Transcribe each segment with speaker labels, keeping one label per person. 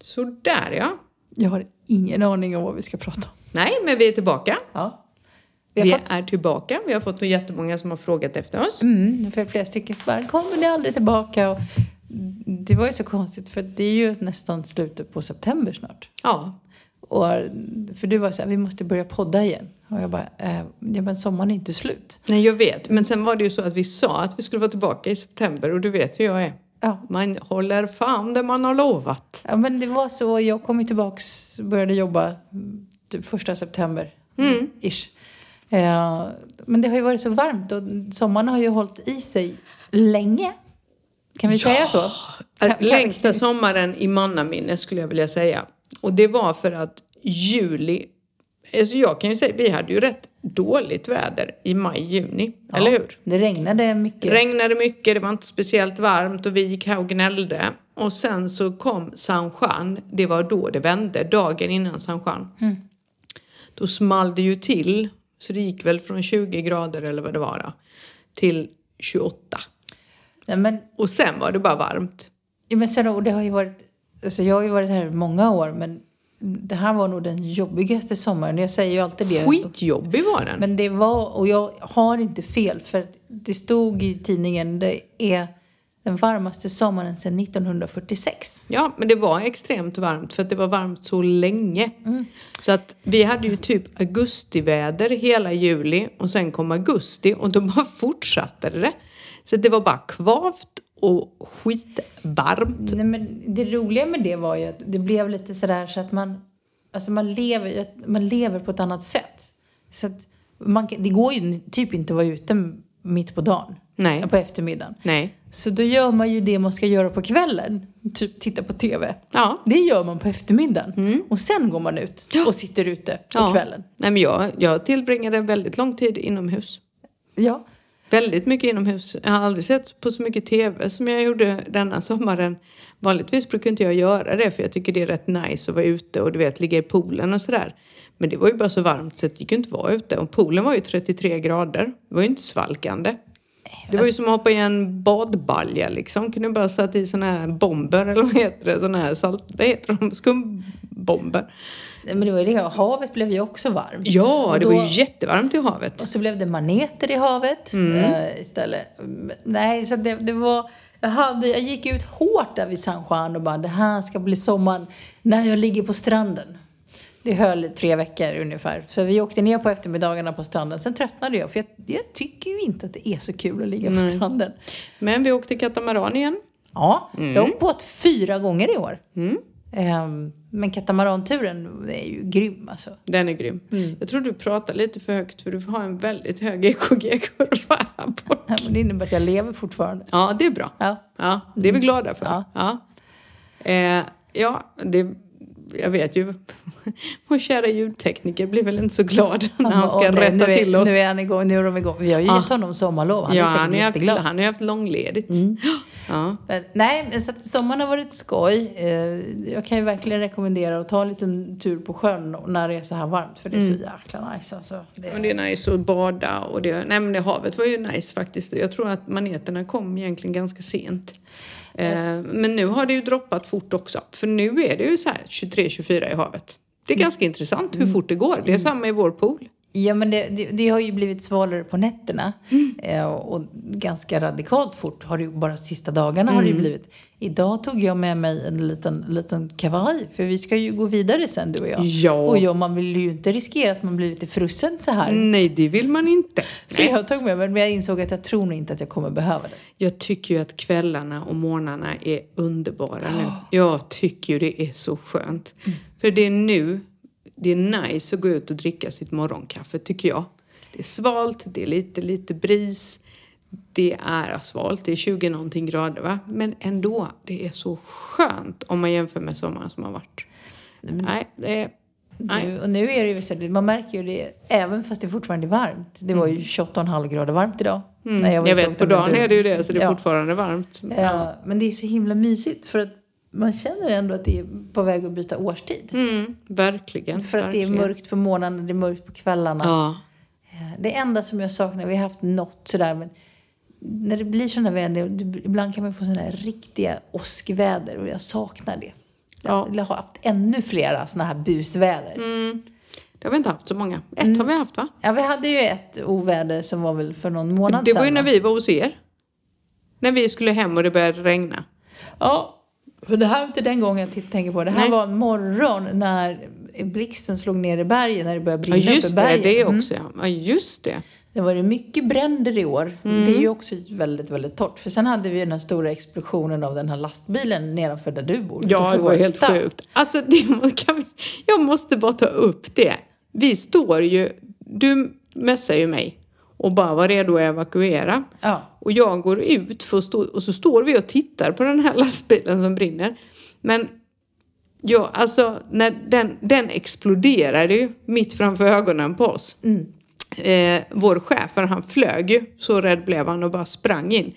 Speaker 1: Sådär ja.
Speaker 2: Jag har ingen aning om vad vi ska prata om.
Speaker 1: Nej, men vi är tillbaka.
Speaker 2: Ja. Vi
Speaker 1: Vi
Speaker 2: har fått
Speaker 1: är tillbaka. Vi har fått jättemånga som har frågat efter oss.
Speaker 2: mm, för flera stycken som bara, kommer ni aldrig tillbaka? Och det var ju så konstigt för det är ju nästan slutet på september snart.
Speaker 1: Ja,
Speaker 2: Och, för du var så här, vi måste börja podda igen. Och jag bara, eh, ja, men sommaren är inte slut.
Speaker 1: nej jag vet. Men sen var det ju så att vi sa att vi skulle vara tillbaka i september och du vet hur jag är.
Speaker 2: Ja.
Speaker 1: Man håller fan det man har lovat.
Speaker 2: ja, men det var så, jag kom ju tillbaks, började jobba mm, typ första september. Ish. Eh, men det har ju varit så varmt och sommaren har ju hållit i sig länge. Kan vi säga så? Kan- kan-
Speaker 1: Äh, Längsta sommaren i mannaminne skulle jag vilja säga. Och det var för att juli, alltså jag kan ju säga vi hade ju rätt dåligt väder i maj, juni. Eller hur?
Speaker 2: Det regnade mycket.
Speaker 1: regnade mycket, det var inte speciellt varmt och vi gick här och gnällde. Och sen så kom San Juan, det var då det vände, dagen innan San Juan. Då small det ju till, så det gick väl från 20 grader eller vad det var då, till 28.
Speaker 2: Nej, men,
Speaker 1: Och sen var det bara varmt.
Speaker 2: ja, men sen, och det har ju varit, alltså jag har ju varit här många år men det här var nog den jobbigaste sommaren. Jag säger ju alltid det.
Speaker 1: Skitjobbig var den.
Speaker 2: Men det var, och jag har inte fel för att det stod i tidningen, det är den varmaste sommaren sedan 1946.
Speaker 1: Ja, men det var extremt varmt för att det var varmt så länge. Så att vi hade ju typ augustiväder hela juli och sen kom augusti och då bara fortsatte det. Så att det var bara kvavt och skitvarmt.
Speaker 2: Nej, men det roliga med det var ju att det blev lite sådär så att man, alltså man, lever, ju- man lever på ett annat sätt. Så att man, kan- det går ju typ inte att vara ute mitt på dagen,
Speaker 1: Nej.
Speaker 2: på eftermiddagen.
Speaker 1: Nej.
Speaker 2: Så då gör man ju det man ska göra på kvällen, typ titta på TV.
Speaker 1: Ja.
Speaker 2: Det gör man på eftermiddagen och sen går man ut och sitter ute på
Speaker 1: ja.
Speaker 2: kvällen.
Speaker 1: Nej, men jag, jag tillbringade en väldigt lång tid inomhus.
Speaker 2: Ja.
Speaker 1: Väldigt mycket inomhus. Jag har aldrig sett på så mycket TV som jag gjorde denna sommaren. Vanligtvis brukar inte jag göra det för jag tycker det är rätt nice att vara ute och du vet ligga i poolen och sådär. Men det var ju bara så varmt så det gick ju inte vara ute och poolen var ju 33 grader. Det var ju inte svalkande. Det var ju som att hoppa i en badbalja liksom. Kunde bara satt i såna här bomber eller vad heter det? Såna här salt... Vad heter de? Skumbomber.
Speaker 2: Nej, Men det var ju det. Havet blev ju också varmt.
Speaker 1: Ja,
Speaker 2: Och
Speaker 1: det
Speaker 2: då-
Speaker 1: var ju jättevarmt i havet.
Speaker 2: Och så blev det maneter i havet eh, istället. Mm, Nej, så det, det var... Jag, hade, jag gick ut hårt där vid San Juan och bara det här ska bli sommaren när jag ligger på stranden. Det höll i tre veckor ungefär. Så vi åkte ner på eftermiddagarna på stranden. Sen tröttnade jag för jag, jag tycker ju inte att det är så kul att ligga på stranden.
Speaker 1: Men vi åkte katamaran igen.
Speaker 2: Ja, jag har åkt båt fyra gånger i år. Ehm, men katamaranturen är ju grym alltså.
Speaker 1: Den är grym. Jag tror du pratar lite för högt för du har en väldigt hög EKG-kurva här borta.
Speaker 2: Ja, men Det innebär att jag lever fortfarande.
Speaker 1: Ja, det är bra.
Speaker 2: Ja.
Speaker 1: Ja, det är vi glada för.
Speaker 2: Mm. Ja.
Speaker 1: Ja, eh, ja det, jag vet ju. Vår kära ljudtekniker blir väl inte så glad när han ska
Speaker 2: Åh, nej,
Speaker 1: rätta
Speaker 2: nu är,
Speaker 1: till oss.
Speaker 2: Nu är han igång, nu är de igång. Vi har ju gett honom sommarlov, han
Speaker 1: ja,
Speaker 2: är säkert
Speaker 1: han har ju haft,
Speaker 2: jätteglad. Mm.
Speaker 1: han har ju haft långledigt. Ja.
Speaker 2: Men, nej, men så att sommaren har varit skoj. Eh, Jag kan ju verkligen rekommendera att ta en liten tur på sjön när det är så här varmt, för det är så jäkla nice alltså.
Speaker 1: Mm. Men
Speaker 2: Det,
Speaker 1: det är nice att bada och det, nej men det havet var ju nice faktiskt. Jag tror att maneterna kom egentligen ganska sent. Eh, men nu har det ju droppat fort också. För nu är det ju så här 23-24 i havet. Det är ganska intressant hur fort det går. Det är samma i vår pool.
Speaker 2: ja, men det, det, det har ju blivit svalare på nätterna
Speaker 1: Mm.
Speaker 2: Eh, och, och ganska radikalt fort har det ju bara sista dagarna har det
Speaker 1: Mm.
Speaker 2: ju blivit. Idag tog jag med mig en liten, liten kavaj, för vi ska ju gå vidare sen du och jag.
Speaker 1: Ja.
Speaker 2: Och jag, man vill ju inte riskera att man blir lite frusen så här.
Speaker 1: Nej, det vill man inte.
Speaker 2: Så
Speaker 1: Nej.
Speaker 2: jag tog med mig, men jag insåg att jag tror nog inte att jag kommer behöva det.
Speaker 1: Jag tycker ju att kvällarna och morgnarna är underbara nu. Jag tycker ju det är så skönt.
Speaker 2: Mm.
Speaker 1: För det är nu det är nice att gå ut och dricka sitt morgonkaffe, tycker jag. Det är svalt, det är lite, lite bris. Det är svalt, det är 20 någonting grader va? Men ändå, det är så skönt om man jämför med sommaren som har varit.
Speaker 2: Mm.
Speaker 1: Nej, det är... Nej.
Speaker 2: Nu, och nu är det ju så, man märker ju det, även fast det fortfarande är varmt. Det var ju 28,5 grader varmt idag. när
Speaker 1: Mm. Jag
Speaker 2: var ute
Speaker 1: vet,
Speaker 2: och
Speaker 1: på
Speaker 2: åkte med
Speaker 1: dagen
Speaker 2: bil.
Speaker 1: är det ju det så det är
Speaker 2: Ja.
Speaker 1: fortfarande varmt.
Speaker 2: Eh, Men det är så himla mysigt för att man känner ändå att det är på väg att byta årstid.
Speaker 1: Mm, verkligen.
Speaker 2: För att det är
Speaker 1: verkligen.
Speaker 2: mörkt på morgnarna, det är mörkt på kvällarna.
Speaker 1: Ja.
Speaker 2: Eh, Det enda som jag saknar, vi har haft något sådär men när det blir sådana väder, det- ibland kan man få sådana här riktiga åskväder och jag saknar det.
Speaker 1: Ja.
Speaker 2: Jag har haft ännu flera sådana här busväder.
Speaker 1: Mm. Det har vi inte haft så många. Ett
Speaker 2: Mm.
Speaker 1: har vi haft va?
Speaker 2: Ja, vi hade ju ett oväder som var väl för någon månad
Speaker 1: Det
Speaker 2: sedan.
Speaker 1: var ju när
Speaker 2: va?
Speaker 1: vi var hos er. När vi skulle hem och det började regna.
Speaker 2: Ja, för det här var inte den gången jag tänker på. Det här
Speaker 1: Nej.
Speaker 2: var en morgon när blixten slog ner i bergen, när det började
Speaker 1: Ja
Speaker 2: brinna uppe i
Speaker 1: just det,
Speaker 2: bergen. Mm.
Speaker 1: det också ja. ja. just det.
Speaker 2: Det var ju mycket bränder i år. Det är ju också väldigt, väldigt torrt. För sen hade vi ju den här stora explosionen av den här lastbilen nedanför där du bor.
Speaker 1: Ja,
Speaker 2: utanför
Speaker 1: det var
Speaker 2: vårt
Speaker 1: helt
Speaker 2: stall.
Speaker 1: sjukt. Alltså, det må- kan vi, jag måste bara ta upp det. Vi står ju... Du messar ju mig och bara var redo att evakuera.
Speaker 2: Ja.
Speaker 1: Och jag går ut för att stå, och så står vi och tittar på den här lastbilen som brinner. Men ja, alltså, när den, den exploderade ju mitt framför ögonen på oss. Eh, vår chef, för han flög ju, så rädd blev han och bara sprang in.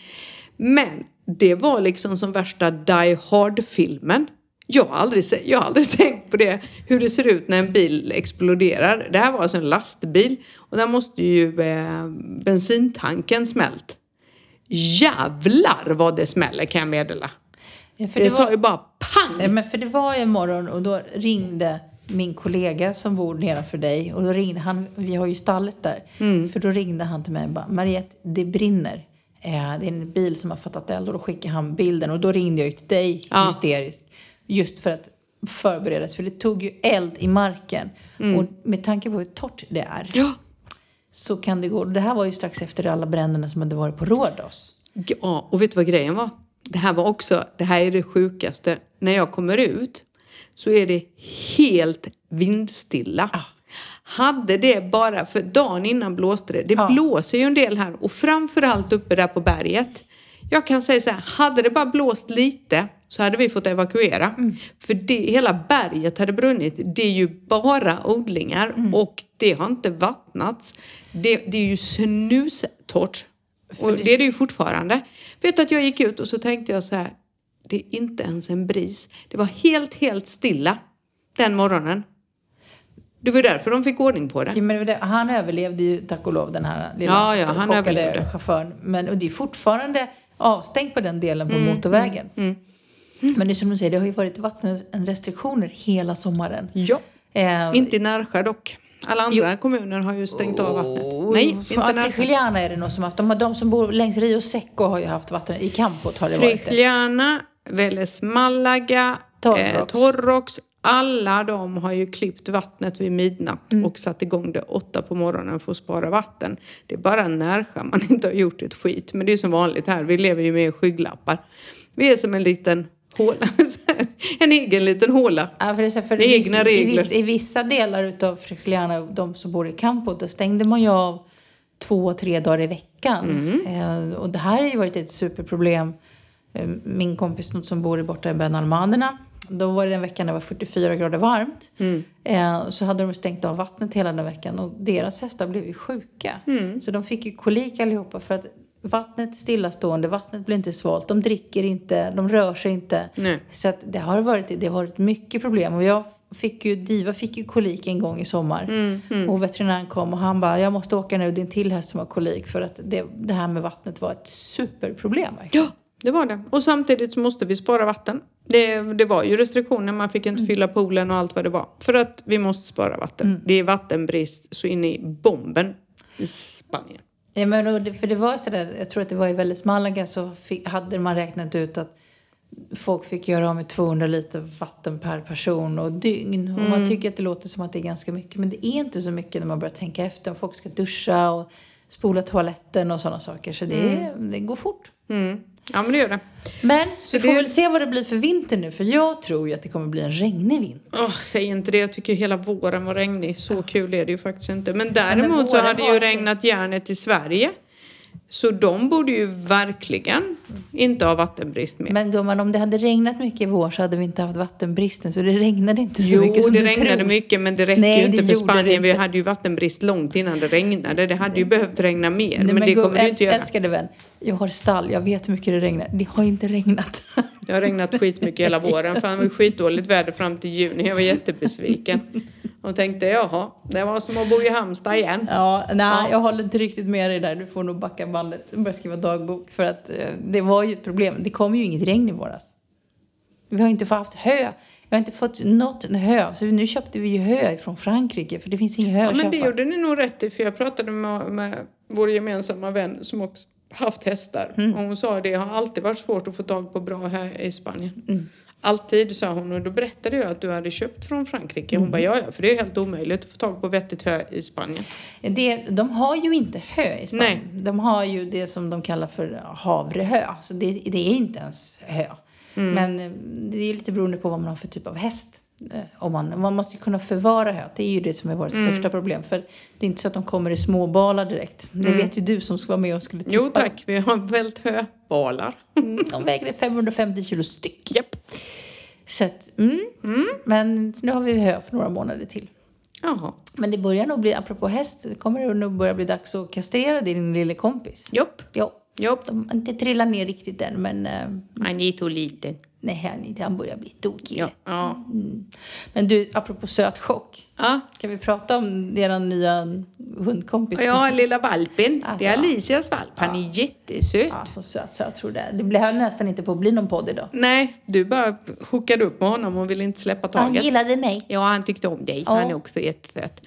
Speaker 1: Men det var liksom som värsta Die Hard-filmen. Jag har, aldrig, se- jag har aldrig tänkt på det, hur det ser ut när en bil exploderar. Det här var alltså en lastbil och där måste ju eh, bensintanken smält. Jävlar vad det smäller kan jag meddela.
Speaker 2: Ja, För
Speaker 1: Det,
Speaker 2: det,
Speaker 1: sa
Speaker 2: var,
Speaker 1: ju bara pang!
Speaker 2: Nej, men för det var ju en morgon och då ringde min kollega som bor nedanför dig och då ringde han, vi har ju stallet där, för då ringde han till mig och bara Mariette, det brinner. Eh, det är en bil som har fattat eld och då skickade han bilden och då ringde jag ju till dig
Speaker 1: Ja.
Speaker 2: hysterisk. Just för att förbereda sig, för det tog ju eld i marken. Och med tanke på hur torrt det är
Speaker 1: Ja.
Speaker 2: så kan det gå. Det här var ju strax efter alla bränderna som hade varit på Rhodos.
Speaker 1: Ja, och vet du vad grejen var? Det här var också, det här är det sjukaste. När jag kommer ut så är det helt vindstilla. Hade det bara, för dagen innan blåste det. Det
Speaker 2: Ja.
Speaker 1: blåser ju en del här och framförallt uppe där på berget. Jag kan säga så här, hade det bara blåst lite så hade vi fått evakuera. För det, hela berget hade brunnit. Det är ju bara odlingar och det har inte vattnats. Det, det är ju snustorrt. Och det är det ju fortfarande. Vet du att jag gick ut och så tänkte jag så här, det är inte ens en bris. Det var helt, helt stilla den morgonen. Det var ju därför de fick ordning på det.
Speaker 2: Ja, men det var det- han överlevde ju tack och lov den här lilla
Speaker 1: Ja, ja, han
Speaker 2: chockade
Speaker 1: överlevde.
Speaker 2: chauffören. Men, och det är fortfarande avstängt på den delen på
Speaker 1: Mm,
Speaker 2: motorvägen. Men det är som du säger, det har ju varit vattenrestriktioner hela sommaren.
Speaker 1: Ja.
Speaker 2: Eh,
Speaker 1: Inte i Närsjö dock. Alla andra kommuner har ju stängt av vattnet. Nej, inte Närsjö.
Speaker 2: Frigiliana är det nog som haft. De, har- de som bor längs Rio Seco har ju haft vatten. I Campot har det varit det.
Speaker 1: Frigiliana, Veles Malaga,
Speaker 2: Torrox.
Speaker 1: Eh, Torrox. Alla de har ju klippt vattnet vid midnatt
Speaker 2: Mm.
Speaker 1: och satt igång det åtta på morgonen för att spara vatten. Det är bara Närsjö man inte har gjort ett skit. Men det är som vanligt här, vi lever ju med skygglappar. Vi är som en liten håla. en egen liten håla.
Speaker 2: Ja, för det är så här, för
Speaker 1: Det är
Speaker 2: i viss-
Speaker 1: egna
Speaker 2: I,
Speaker 1: regler.
Speaker 2: viss, I vissa delar utav Frigiliana, de som bor i Campo, då stängde man ju av två, tre dagar i veckan.
Speaker 1: Mm.
Speaker 2: Eh, och det här har ju varit ett superproblem. Eh, Min kompis som bor i borta i Benalmaderna, då var det en vecka när det var 44 grader varmt.
Speaker 1: Mm.
Speaker 2: Eh, så hade de stängt av vattnet hela den veckan och deras hästar blev ju sjuka.
Speaker 1: Mm.
Speaker 2: Så de fick ju kolik allihopa för att vattnet är stillastående, vattnet blir inte svalt, de dricker inte, de rör sig inte.
Speaker 1: Nej.
Speaker 2: Så att det har varit, det har varit mycket problem. Och jag fick ju, Diva fick ju kolik en gång i sommar. Och veterinären kom och han bara, jag måste åka nu, det är en till häst som har kolik. För att det, det här med vattnet var ett superproblem. verkligen.
Speaker 1: Ja, det var det. Och samtidigt så måste vi spara vatten. Det, det var ju restriktioner, man fick inte fylla poolen och allt vad det var. För att vi måste spara vatten. Det är vattenbrist så in i bomben i Spanien.
Speaker 2: Ja, men och det, för det var sådär, jag tror att det var i Vélez Malaga så fick, hade man räknat ut att folk fick göra av med 200 liter vatten per person och dygn. Och man tycker att det låter som att det är ganska mycket men det är inte så mycket när man börjar tänka efter. Om folk ska duscha och spola toaletten och sådana saker. Så det, det går fort.
Speaker 1: Mm. Ja, men det gör det.
Speaker 2: Men
Speaker 1: Så
Speaker 2: vi får
Speaker 1: det-
Speaker 2: väl se vad det blir för vinter nu för jag tror ju att det kommer bli en regnig vinter.
Speaker 1: Åh, säg inte det, jag tycker hela våren var regnig. Så kul är det ju faktiskt inte. Men
Speaker 2: men
Speaker 1: däremot så
Speaker 2: våren
Speaker 1: hade det
Speaker 2: var-
Speaker 1: ju regnat järnet i Sverige. Så de borde ju verkligen inte ha vattenbrist mer.
Speaker 2: Men gumman, om det hade regnat mycket i vår så hade vi inte haft vattenbristen. Så det regnade inte så
Speaker 1: Jo,
Speaker 2: mycket som
Speaker 1: det
Speaker 2: du
Speaker 1: regnade
Speaker 2: tror.
Speaker 1: mycket men det räcker
Speaker 2: Nej,
Speaker 1: ju inte
Speaker 2: det
Speaker 1: för
Speaker 2: gjorde det
Speaker 1: Spanien. Vi
Speaker 2: inte.
Speaker 1: hade ju vattenbrist långt innan det regnade. Det hade ju behövt regna mer,
Speaker 2: Nej,
Speaker 1: men, det
Speaker 2: gum-
Speaker 1: kommer det ju inte
Speaker 2: äl-
Speaker 1: göra.
Speaker 2: Älskade vän, jag har stall. Jag vet hur mycket det regnar. Det har inte regnat.
Speaker 1: Det har regnat skitmycket hela våren. Fan, det var skitdåligt väder fram till juni. Jag var jättebesviken. Och tänkte, jaha, det var som att bo i Halmstad igen.
Speaker 2: Ja, nej,
Speaker 1: Ja.
Speaker 2: jag håller inte riktigt med dig där. Du får nog backa bandet och börja skriva dagbok. För att eh, det var ju ett problem. Det kom ju inget regn i våras. Vi har ju inte haft hö. Vi har inte fått något hö. Så nu köpte vi ju hö från Frankrike för det finns ingen hö
Speaker 1: Ja,
Speaker 2: att
Speaker 1: men det
Speaker 2: köpa.
Speaker 1: gjorde ni nog rätt i, för jag pratade med, med vår gemensamma vän som också haft hästar. Och hon sa det har alltid varit svårt att få tag på bra här i Spanien. Alltid, sa hon. Och då berättade jag att du hade köpt från Frankrike. Hon bara, ja, ja, för det är helt omöjligt att få tag på vettigt hö i Spanien.
Speaker 2: Det, de har ju inte hö i Spanien.
Speaker 1: Nej.
Speaker 2: De har ju det som de kallar för havrehö. Så det, det är inte ens hö.
Speaker 1: Mm.
Speaker 2: Men eh, det är lite beroende på vad man har för typ av häst. Eh, Om man, man måste ju kunna förvara hö. Det är ju det som är vårt
Speaker 1: Mm.
Speaker 2: största problem. För det är inte så att de kommer i små balar direkt. Det vet ju du som ska vara med och skulle tippa.
Speaker 1: Mm. Jo tack, vi har vält höbalar.
Speaker 2: Mm, De vägde 550 kilo styck.
Speaker 1: Japp.
Speaker 2: Så att, mm. Men nu har vi hö för några månader till.
Speaker 1: Jaha.
Speaker 2: Men det börjar nog bli, apropå häst, det kommer det nog börja bli dags att kastrera din lille kompis.
Speaker 1: Jopp,
Speaker 2: Ja,
Speaker 1: jopp.
Speaker 2: de har inte trillat ner riktigt än, men eh,
Speaker 1: Han är så liten.
Speaker 2: nej, han, inte, han börjar bli tokig.
Speaker 1: Ja. Ja.
Speaker 2: Mm. Men du, apropå sötchock.
Speaker 1: Ja.
Speaker 2: Kan vi prata om eran nya hundkompis?
Speaker 1: Och jag har lilla valpen.
Speaker 2: Alltså.
Speaker 1: Det är Alicias valp. Han är jättesöt.
Speaker 2: Ja, så söt, så jag tror det. Det blev nästan inte på att bli någon podd idag.
Speaker 1: Nej, du bara hookade upp med honom och ville inte släppa
Speaker 2: Han
Speaker 1: taget.
Speaker 2: gillade mig.
Speaker 1: Ja, han tyckte om dig.
Speaker 2: Ja.
Speaker 1: Han är också jättesöt.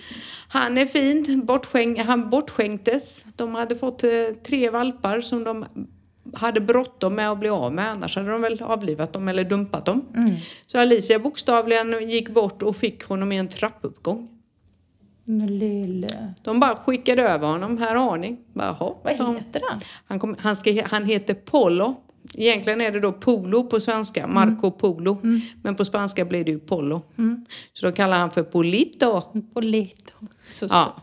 Speaker 1: Han är fin. Bortskäng, han bortskänktes. De hade fått eh, tre valpar som de hade bråttom med att bli av med. Annars hade de väl avlivat dem eller dumpat dem.
Speaker 2: Mm.
Speaker 1: Så Alicia bokstavligen gick bort och fick honom i en trappuppgång.
Speaker 2: Men lille.
Speaker 1: De bara skickade över honom. Här har ni. Bara, "Jaha",
Speaker 2: Vad
Speaker 1: sa hon.
Speaker 2: heter han?
Speaker 1: Han, kom, han, ska, han heter Polo. Egentligen är det då Polo på svenska, Marco Polo. Men på spanska blir det ju Polo. Så då kallar han för Polito.
Speaker 2: Polito. Så söt.
Speaker 1: Ja,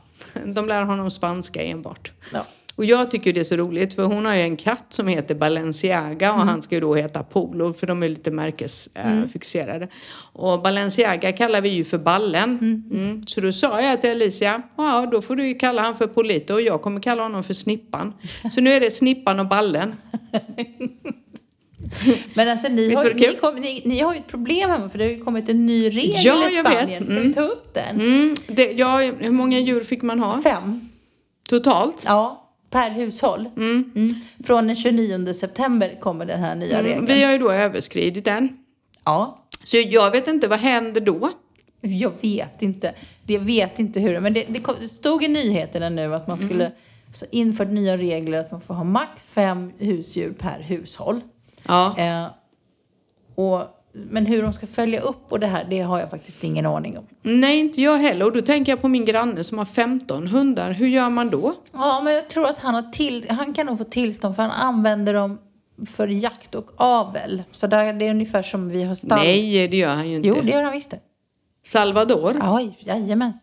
Speaker 1: de lär honom spanska enbart.
Speaker 2: Ja.
Speaker 1: Och jag tycker det är så roligt för hon har ju en katt som heter Balenciaga och han ska ju då heta Polo för de är lite märkesfixerade. Och Balenciaga kallar vi ju för Ballen. Mm. Så då sa jag till Alicia, ja då får du ju kalla han för Polito och jag kommer kalla honom för Snippan. Så nu är det Snippan och Ballen.
Speaker 2: Men alltså ni
Speaker 1: Visst
Speaker 2: har,
Speaker 1: var
Speaker 2: ju-
Speaker 1: det
Speaker 2: ni,
Speaker 1: kul?
Speaker 2: kom, ni, ni har ju ett problem hemma för det har ju kommit en ny regel
Speaker 1: Ja,
Speaker 2: i
Speaker 1: jag
Speaker 2: Spanien.
Speaker 1: vet.
Speaker 2: Ska vi ta upp den?
Speaker 1: Mm. Det, ja, hur många djur fick man ha?
Speaker 2: Fem.
Speaker 1: Totalt?
Speaker 2: Ja, per hushåll. Mm. Från den 29 september kommer den här nya regeln.
Speaker 1: Vi har ju då överskridit den.
Speaker 2: Ja,
Speaker 1: Så jag vet inte, vad händer då?
Speaker 2: jag vet inte. Jag vet inte hur det... Men det, det, kom, det stod i nyheterna nu att man skulle så infört nya regler att man får ha max fem husdjur per hushåll.
Speaker 1: Ja.
Speaker 2: Eh, och, men hur de ska följa upp och det här, det har jag faktiskt ingen aning om.
Speaker 1: Nej, inte jag heller. Och då tänker jag på min granne som har 15 hundar. Hur gör man då?
Speaker 2: Ja, men jag tror att han, har till, han kan nog få tillstånd för han använder dem för jakt och avel. Så där, det är ungefär som vi har stall.
Speaker 1: Nej, det gör han ju inte.
Speaker 2: Jo, det gör han visst det.
Speaker 1: Salvador?
Speaker 2: Oj, jajamän.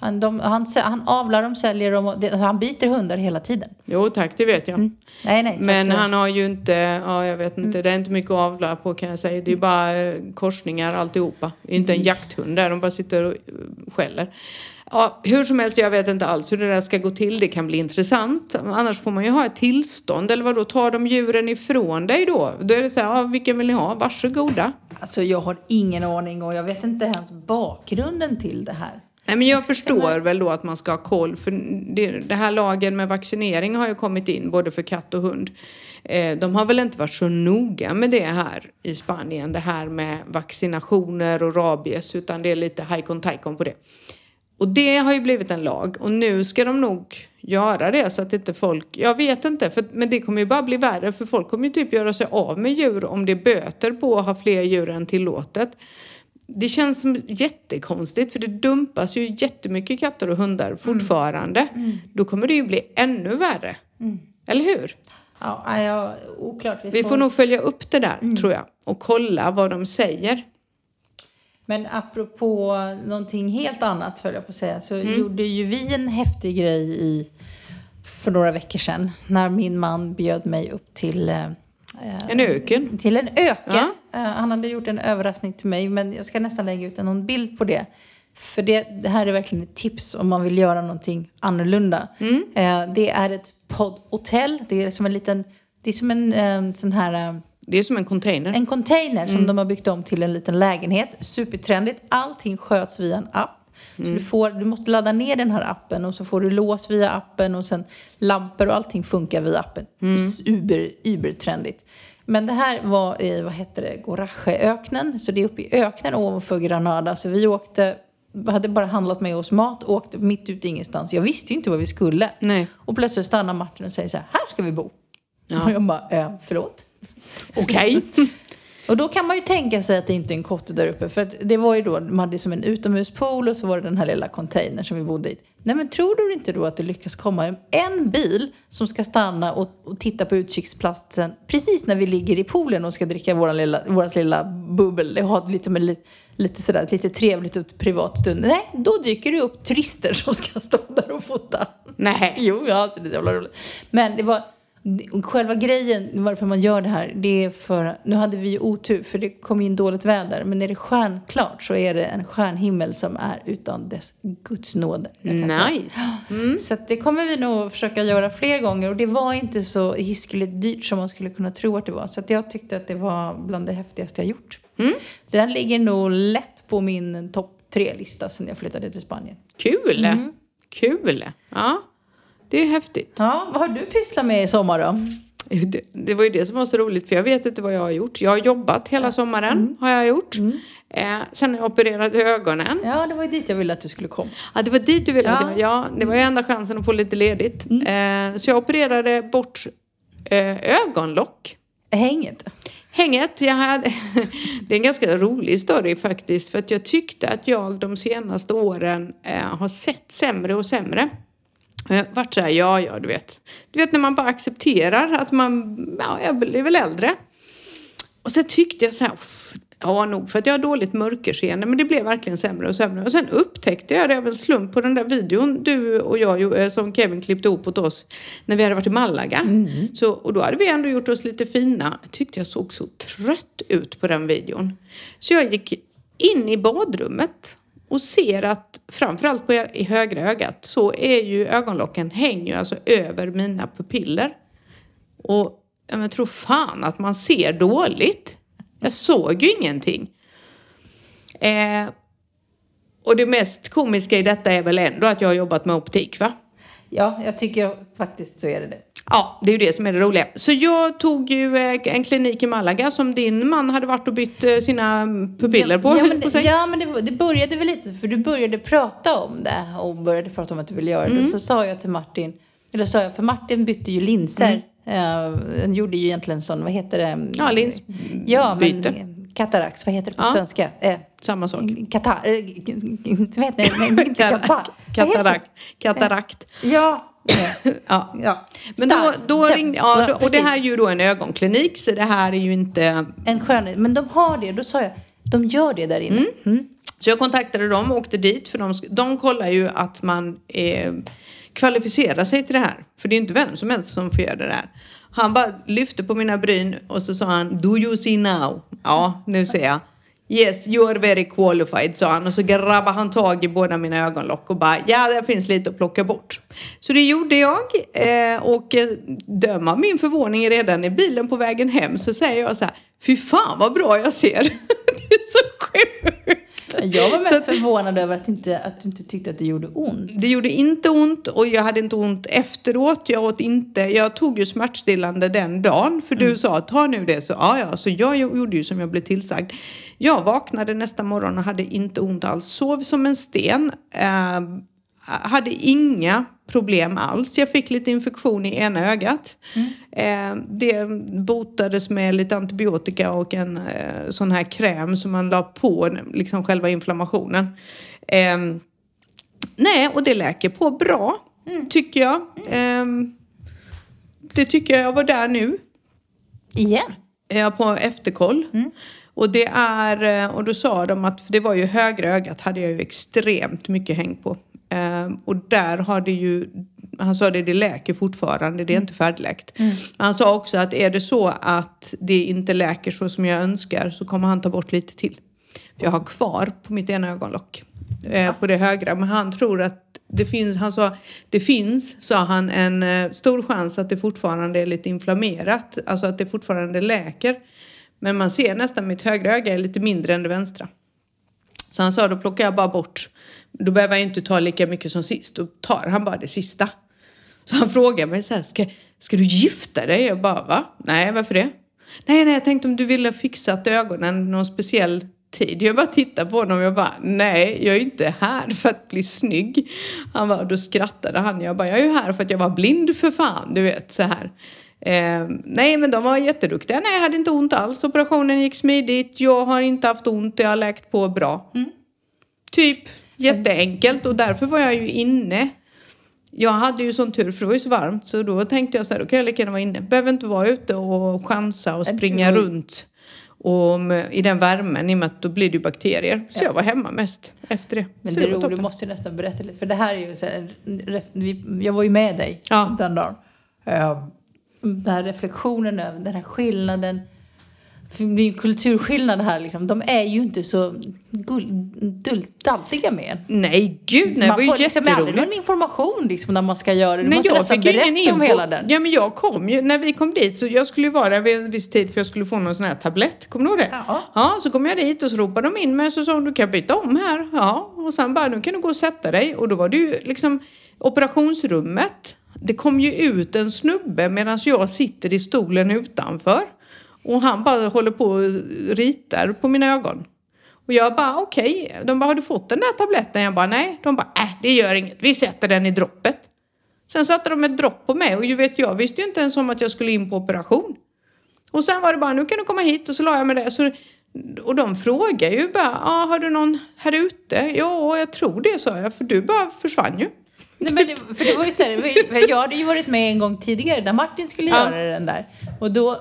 Speaker 2: Han, de, han, sä- han avlar dem, säljer dem och det, han byter hundar hela tiden.
Speaker 1: Jo tack, det vet jag.
Speaker 2: Nej, nej. så
Speaker 1: Men
Speaker 2: att- eh, Mm.
Speaker 1: han har ju inte, ja jag vet inte, det är inte mycket att avla på kan jag säga. Det är bara eh, korsningar alltihopa. Det är inte
Speaker 2: Mm.
Speaker 1: en jakthund där, de bara sitter och eh, skäller. Ja, hur som helst, jag vet inte alls hur det där ska gå till. Det kan bli intressant. Annars får man ju ha ett tillstånd. Eller vad då tar de djuren ifrån dig då? Då är det så här, ja, vilken vill ni ha? Varsågoda.
Speaker 2: Alltså jag har ingen aning och jag vet inte ens bakgrunden till det här.
Speaker 1: Nej, men jag förstår väl då att man ska ha koll för det, det här lagen med vaccinering har ju kommit in både för katt och hund. Eh, de har väl inte varit så noga med det här i Spanien, det här med vaccinationer och rabies utan det är lite hajkon tajkon på det. Och det har ju blivit en lag och nu ska de nog göra det så att inte folk, jag vet inte, för, men det kommer ju bara bli värre för folk kommer ju typ göra sig av med djur om det är böter på att ha fler djur än tillåtet. Det känns som jättekonstigt för det dumpas ju jättemycket katter och
Speaker 2: Mm.
Speaker 1: hundar fortfarande. Då kommer det ju bli ännu värre.
Speaker 2: Mm.
Speaker 1: Eller hur?
Speaker 2: Ja, nej, jag, oklart.
Speaker 1: Vi får nog följa upp det där
Speaker 2: Mm.
Speaker 1: tror jag och kolla vad de säger.
Speaker 2: Men apropå
Speaker 1: Mm.
Speaker 2: någonting helt annat höll jag på att säga så gjorde ju vi en häftig grej i för några veckor sedan när min man bjöd mig upp till eh,
Speaker 1: En öken.
Speaker 2: till en öken. Eh, Han hade gjort en överraskning till mig, men jag ska nästan lägga ut en någon bild på det. För det, det här är verkligen ett tips om man vill göra någonting annorlunda. Eh, Det är ett poddhotell. Det är som en liten... Det är som en eh, sån här... eh,
Speaker 1: Det är som en container.
Speaker 2: en container som de har byggt om till en liten lägenhet. Supertrendigt. Allting sköts via en app. Så du, får, du måste ladda ner den här appen och så får du lås via appen och sen lampor och allting funkar via appen. Uber, ubertrendigt. Men det här var i, vad hette det, Goracheöknen. Så det är uppe i öknen ovanför Granada. Så vi åkte, hade bara handlat med oss mat och åkte mitt ute i ingenstans. Jag visste ju inte vad vi skulle.
Speaker 1: Nej.
Speaker 2: Och plötsligt stannar Martin och säger så här, här ska vi bo. Och jag bara, eh, förlåt?
Speaker 1: Okej.
Speaker 2: Och då kan man ju tänka sig att det inte är en kotte där uppe. För att det var ju då, man hade som en utomhuspool och så var det den här lilla containern som vi bodde i. Nej men tror du inte då att det lyckas komma en bil som ska stanna och, och titta på utkiksplatsen precis när vi ligger i poolen och ska dricka våran lilla, vårat lilla bubbel och ha lite, med, li- lite sådär, lite trevligt och privat stund. Nej, då dyker det upp turister som ska stå där och fota.
Speaker 1: Nej.
Speaker 2: Jo, ja, så det är så jävla roligt. Men det var själva grejen varför man gör det här. Det är för, nu hade vi ju otur för det kom in dåligt väder. Men är det stjärnklart så är det en stjärnhimmel som är utan dess guds nåde. jag kan säga. Mm.
Speaker 1: Nice.
Speaker 2: Så att det kommer vi nog försöka göra fler gånger. Och det var inte så hiskeligt dyrt som man skulle kunna tro att det var. Så att jag tyckte att det var bland det häftigaste jag gjort. Så den ligger nog lätt på min topp tre-lista sen jag flyttade till Spanien.
Speaker 1: Kul!
Speaker 2: Mm.
Speaker 1: Kul! Ja, det är häftigt.
Speaker 2: Ja, vad har du pysslat med i sommar då?
Speaker 1: Det, det var ju det som var så roligt för jag vet inte vad jag har gjort. Jag har jobbat hela sommaren,
Speaker 2: Mm.
Speaker 1: har jag gjort. Eh, sen har jag opererat ögonen.
Speaker 2: Ja, det var ju dit jag ville att du skulle komma.
Speaker 1: Ja, det var dit du ville att
Speaker 2: Ja.
Speaker 1: jag- Ja, det var ju enda chansen att få lite ledigt. Eh, så jag opererade bort eh, ögonlock.
Speaker 2: Hänget.
Speaker 1: Hänget, jag hade, det är en ganska rolig story faktiskt för att jag tyckte att jag de senaste åren eh, har sett sämre och sämre. Jag har varit såhär, ja ja du vet. Du vet när man bara accepterar att man, ja jag blir väl äldre. Och sen tyckte jag så här, "Uff, ja nog för att jag har dåligt mörkerseende men det blev verkligen sämre och sämre. Och sen upptäckte jag det av en slump på den där videon du och jag gjorde, eh, som Kevin klippte ihop åt oss när vi hade varit i Malaga. Så, och då hade vi ändå gjort oss lite fina. Jag tyckte jag såg så trött ut på den videon. Så jag gick in i badrummet och ser att framförallt på i högra ögat så är ju ögonlocken hänger ju alltså över mina pupiller. Och ja, men tro fan att man ser dåligt. Jag såg ju ingenting. Eh, och det mest komiska i detta är väl ändå att jag har jobbat med optik va?
Speaker 2: Ja, jag tycker faktiskt så är det det.
Speaker 1: Ja, det är ju det som är det roliga. Så jag tog ju eh, en klinik i Malaga som din man hade varit och bytt eh, sina pupiller på.
Speaker 2: ja,
Speaker 1: höll
Speaker 2: men,
Speaker 1: på att
Speaker 2: det,
Speaker 1: säga.
Speaker 2: ja, men det, var- det började väl lite så, för du började prata om det och började prata om att du ville göra det.
Speaker 1: Mm.
Speaker 2: Så sa jag till Martin, eller sa jag, för Martin bytte ju linser. Eh, han gjorde ju egentligen sån, vad heter det?
Speaker 1: Ja, lins-
Speaker 2: Ja, men
Speaker 1: byte.
Speaker 2: eh, katarax, vad heter det på
Speaker 1: Ja.
Speaker 2: svenska? Eh,
Speaker 1: Samma sak.
Speaker 2: Katar... eh, Vad heter det? Nej, inte
Speaker 1: Kar-
Speaker 2: katar. Vad heter det?
Speaker 1: Katarakt. Katarakt.
Speaker 2: Ja.
Speaker 1: Ja.
Speaker 2: ja.
Speaker 1: Men då,
Speaker 2: Stark.
Speaker 1: då ringde, ja, då, och det
Speaker 2: precis.
Speaker 1: här är ju då en ögonklinik så det här är ju inte
Speaker 2: En skönhet. Men de har det. Då sa jag, de gör det där inne.
Speaker 1: Mm. Så jag kontaktade dem och åkte dit för de, de kollar ju att man eh, kvalificerar sig till det här. För det är ju inte vem som helst som får göra det där. Han bara lyfte på mina bryn och så sa han Do you see now? Ja, nu ser jag. Yes, you are very qualified, sa han. Och så grabbade han tag i båda mina ögonlock och bara, ja, det finns lite att plocka bort. Så det gjorde jag. Eh, och eh, döma min förvåning redan i bilen på vägen hem så säger jag så här, fy fan vad bra jag ser. det är så sjukt.
Speaker 2: Jag var mest
Speaker 1: Så att-
Speaker 2: förvånad över att, inte, att du inte tyckte att det gjorde ont.
Speaker 1: Det gjorde inte ont och jag hade inte ont efteråt. Jag åt inte. Jag tog ju smärtstillande den dagen för du sa ta nu det. Så ja, ja, så jag gjorde ju som jag blev tillsagd. Jag vaknade nästa morgon och hade inte ont alls. Sov som en sten. Eh, hade inga problem alls. Jag fick lite infektion i ena ögat. Eh, det botades med lite antibiotika och en eh, sån här kräm som man la på liksom själva inflammationen. Ehm, Nej, och det läker på bra, tycker jag. Ehm, det tycker jag. Jag var där nu
Speaker 2: Igen?
Speaker 1: eh, på efterkoll. Och det är, eh, och då sa de att, för det var ju högra ögat hade jag ju extremt mycket häng på. Ehm, och där har det ju, han sa det, det läker fortfarande, det är inte färdigläkt. Han sa också att är det så att det inte läker så som jag önskar så kommer han ta bort lite till. För jag har kvar på mitt ena ögonlock, eh, på det högra. Men han tror att det finns, han sa, det finns, sa han, en eh, stor chans att det fortfarande är lite inflammerat. Alltså att det fortfarande läker. Men man ser nästan mitt högra öga är lite mindre än det vänstra. Så han sa, då plockar jag bara bort. Då behöver jag ju inte ta lika mycket som sist. Då tar han bara det sista. Så han frågar mig så här, ska, ska du gifta dig? Jag bara, va? Nej, varför det? Nej, nej, jag tänkte om du ville fixa ögonen någon speciell tid. Jag bara tittar på honom och jag bara, nej, jag är inte här för att bli snygg. Han bara, då skrattade han. Jag bara, jag är ju här för att jag var blind för fan, du vet så här. Eh, nej men de var jätteduktiga. Nej jag hade inte ont alls. Operationen gick smidigt. Jag har inte haft ont. Jag har läkt på bra. Typ
Speaker 2: Mm.
Speaker 1: jätteenkelt och därför var jag ju inne. Jag hade ju sån tur för det var ju så varmt så då tänkte jag så här, då kan jag lika gärna vara inne. Behöver inte vara ute och chansa och
Speaker 2: Nej,
Speaker 1: springa
Speaker 2: precis.
Speaker 1: runt och med, i den värmen i och med att då blir det ju bakterier. Så jag var hemma mest efter det.
Speaker 2: Men
Speaker 1: så
Speaker 2: det
Speaker 1: var
Speaker 2: roliga, du
Speaker 1: toppen.
Speaker 2: måste ju nästan berätta lite. För det här är ju så här, en ref- vi- Jag var ju med dig
Speaker 1: Ja.
Speaker 2: den dagen. Eh, Den här reflektionen över den här skillnaden. För det är ju en kulturskillnad här liksom. De är ju inte så gull, dult, daltiga med en.
Speaker 1: Nej gud nej, det var
Speaker 2: man
Speaker 1: ju
Speaker 2: får liksom aldrig
Speaker 1: jätteroligt.
Speaker 2: någon information liksom när man ska göra det. Du
Speaker 1: Nej,
Speaker 2: måste
Speaker 1: jag
Speaker 2: nästan
Speaker 1: fick ju
Speaker 2: berätta
Speaker 1: ingen info.
Speaker 2: om hela den.
Speaker 1: Ja, men jag kom ju, när vi kom dit så jag skulle ju vara där vid en viss tid för jag skulle få någon sån här tablett, kommer du ihåg det?
Speaker 2: Ja.
Speaker 1: ja så kom jag dit och så ropade de in mig och så sa de, du kan byta om här. Ja, och sen bara, nu kan du gå och sätta dig. Och då var det ju liksom operationsrummet. Det kom ju ut en snubbe medan jag sitter i stolen utanför. Och han bara håller på och ritar på mina ögon. Och jag bara okej, de bara har du fått den där tabletten? Jag bara nej. De bara äh, det gör inget, vi sätter den i droppet. Sen satte de ett dropp på mig och ju vet jag visste ju inte ens om att jag skulle in på operation. Och sen var det bara, nu kan du komma hit och så la jag mig där. Så, och de frågar ju bara, ah, har du någon här ute? Ja, jag tror det sa jag, för du bara försvann ju.
Speaker 2: Nej, men det, för det var ju så här, det var ju- för jag hade ju varit med en gång tidigare när Martin skulle
Speaker 1: Ja.
Speaker 2: göra den där. Och då,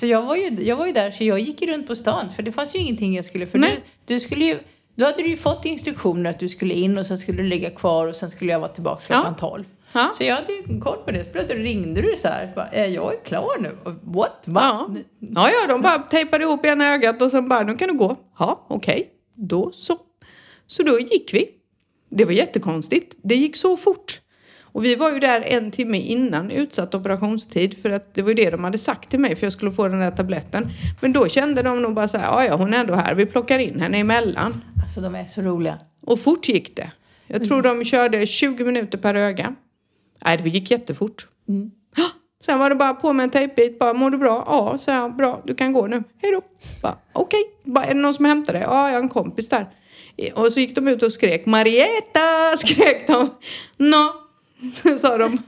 Speaker 2: så jag var, ju, jag var ju där så jag gick ju runt på stan för det fanns ju ingenting jag skulle... För du,
Speaker 1: Nej.
Speaker 2: du skulle ju, då hade du ju fått instruktioner att du skulle in och sen skulle du ligga kvar och sen skulle jag vara tillbaka klockan 12.
Speaker 1: Ja.
Speaker 2: Så jag hade ju koll på det. Plötsligt ringde du så här. Bara, är jag är klar nu. Och, What? Va?
Speaker 1: Ja. ja, ja, de bara tejpade ihop ena ögat och sen bara, nu kan du gå. Ja, okej, då så. Så då gick vi. Det var jättekonstigt. Det gick så fort. Och vi var ju där en timme innan utsatt operationstid för att det var ju det de hade sagt till mig för jag skulle få den där tabletten. Men då kände de nog bara så här, ja ja hon är ändå här, vi plockar in henne emellan.
Speaker 2: Alltså de är så roliga.
Speaker 1: Och fort gick det. Jag tror de körde 20 minuter per öga. Nej, det gick jättefort. Ah! Sen var det bara på med en tejpbit. Bara, mår du bra? Ja, sa jag. Bra, du kan gå nu. Hej då. Bara, Okej, Bara, är det någon som hämtar dig? Ja, jag har en kompis där. Eh, Och så gick de ut och skrek Marietta, skrek de. Nå, sa de.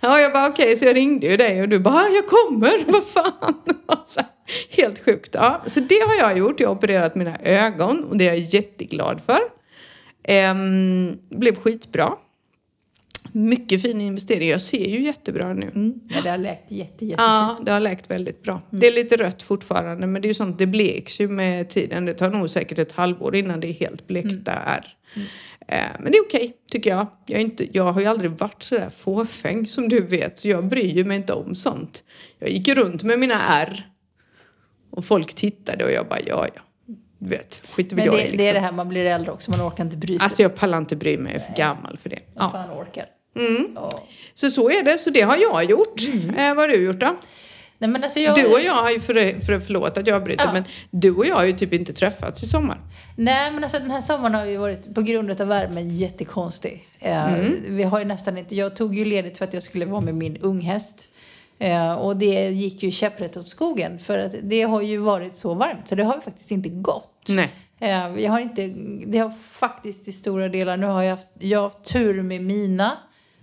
Speaker 1: Ja, jag bara okej, så jag ringde ju dig och du bara, "Ah, jag kommer, vad fan. Alltså, helt sjukt. Ja, så det har jag gjort. Jag har opererat mina ögon och det är jag jätteglad för. Ehm, blev skitbra. Mycket fin investering. Jag ser ju jättebra nu.
Speaker 2: Ja, det har läkt jätte, jätte.
Speaker 1: Ja, det har läkt väldigt bra.
Speaker 2: Mm.
Speaker 1: Det är lite rött fortfarande men det är ju sånt, det bleks ju med tiden. Det tar nog säkert ett halvår innan det är helt
Speaker 2: Mm.
Speaker 1: blekta är. Eh, Men det är okej, tycker jag. Jag, är inte, jag har ju aldrig varit sådär fåfäng som du vet, så jag bryr ju mig inte om sånt. Jag gick ju runt med mina ärr och folk tittade och jag bara, ja, ja. Du vet, skiter väl
Speaker 2: Men
Speaker 1: jag
Speaker 2: det,
Speaker 1: i liksom.
Speaker 2: det är det här, man blir äldre också, man orkar inte bry sig.
Speaker 1: Alltså jag pallar inte bry mig, jag är för gammal för det.
Speaker 2: Vad
Speaker 1: Ja. Mm.
Speaker 2: fan orkar? Ja.
Speaker 1: Så så är det, så det har jag gjort.
Speaker 2: Mm.
Speaker 1: Eh, vad har du gjort då?
Speaker 2: Nej, men alltså jag,
Speaker 1: Du och jag har ju, för, för, förlåt att jag avbryter,
Speaker 2: Ja.
Speaker 1: men du och jag har ju typ inte träffats i sommar.
Speaker 2: Nej men alltså den här sommaren har ju varit på grund av värmen jättekonstig. Eh, Vi har ju nästan inte, jag tog ju ledigt för att jag skulle vara med min unghäst. Eh, och det gick ju käpprätt åt skogen för att det har ju varit så varmt så det har ju faktiskt inte gått.
Speaker 1: Nej.
Speaker 2: Eh, Jag har inte, det har faktiskt i stora delar, nu har jag haft, jag har haft tur med mina.